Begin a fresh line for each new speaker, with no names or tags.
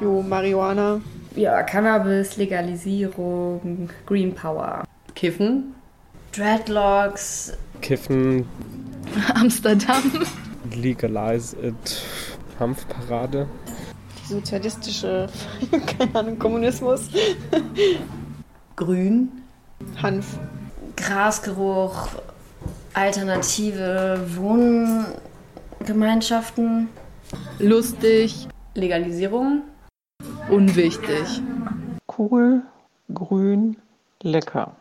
Jo, Marihuana.
Ja, Cannabis, Legalisierung, Green Power.
Kiffen.
Dreadlocks.
Kiffen,
Amsterdam.
legalize it, Kampfparade.
Die sozialistische, keine Ahnung, Kommunismus.
Grün.
Hanf.
Grasgeruch. Alternative Wohngemeinschaften.
Lustig.
Legalisierung.
Unwichtig.
Cool, grün, lecker.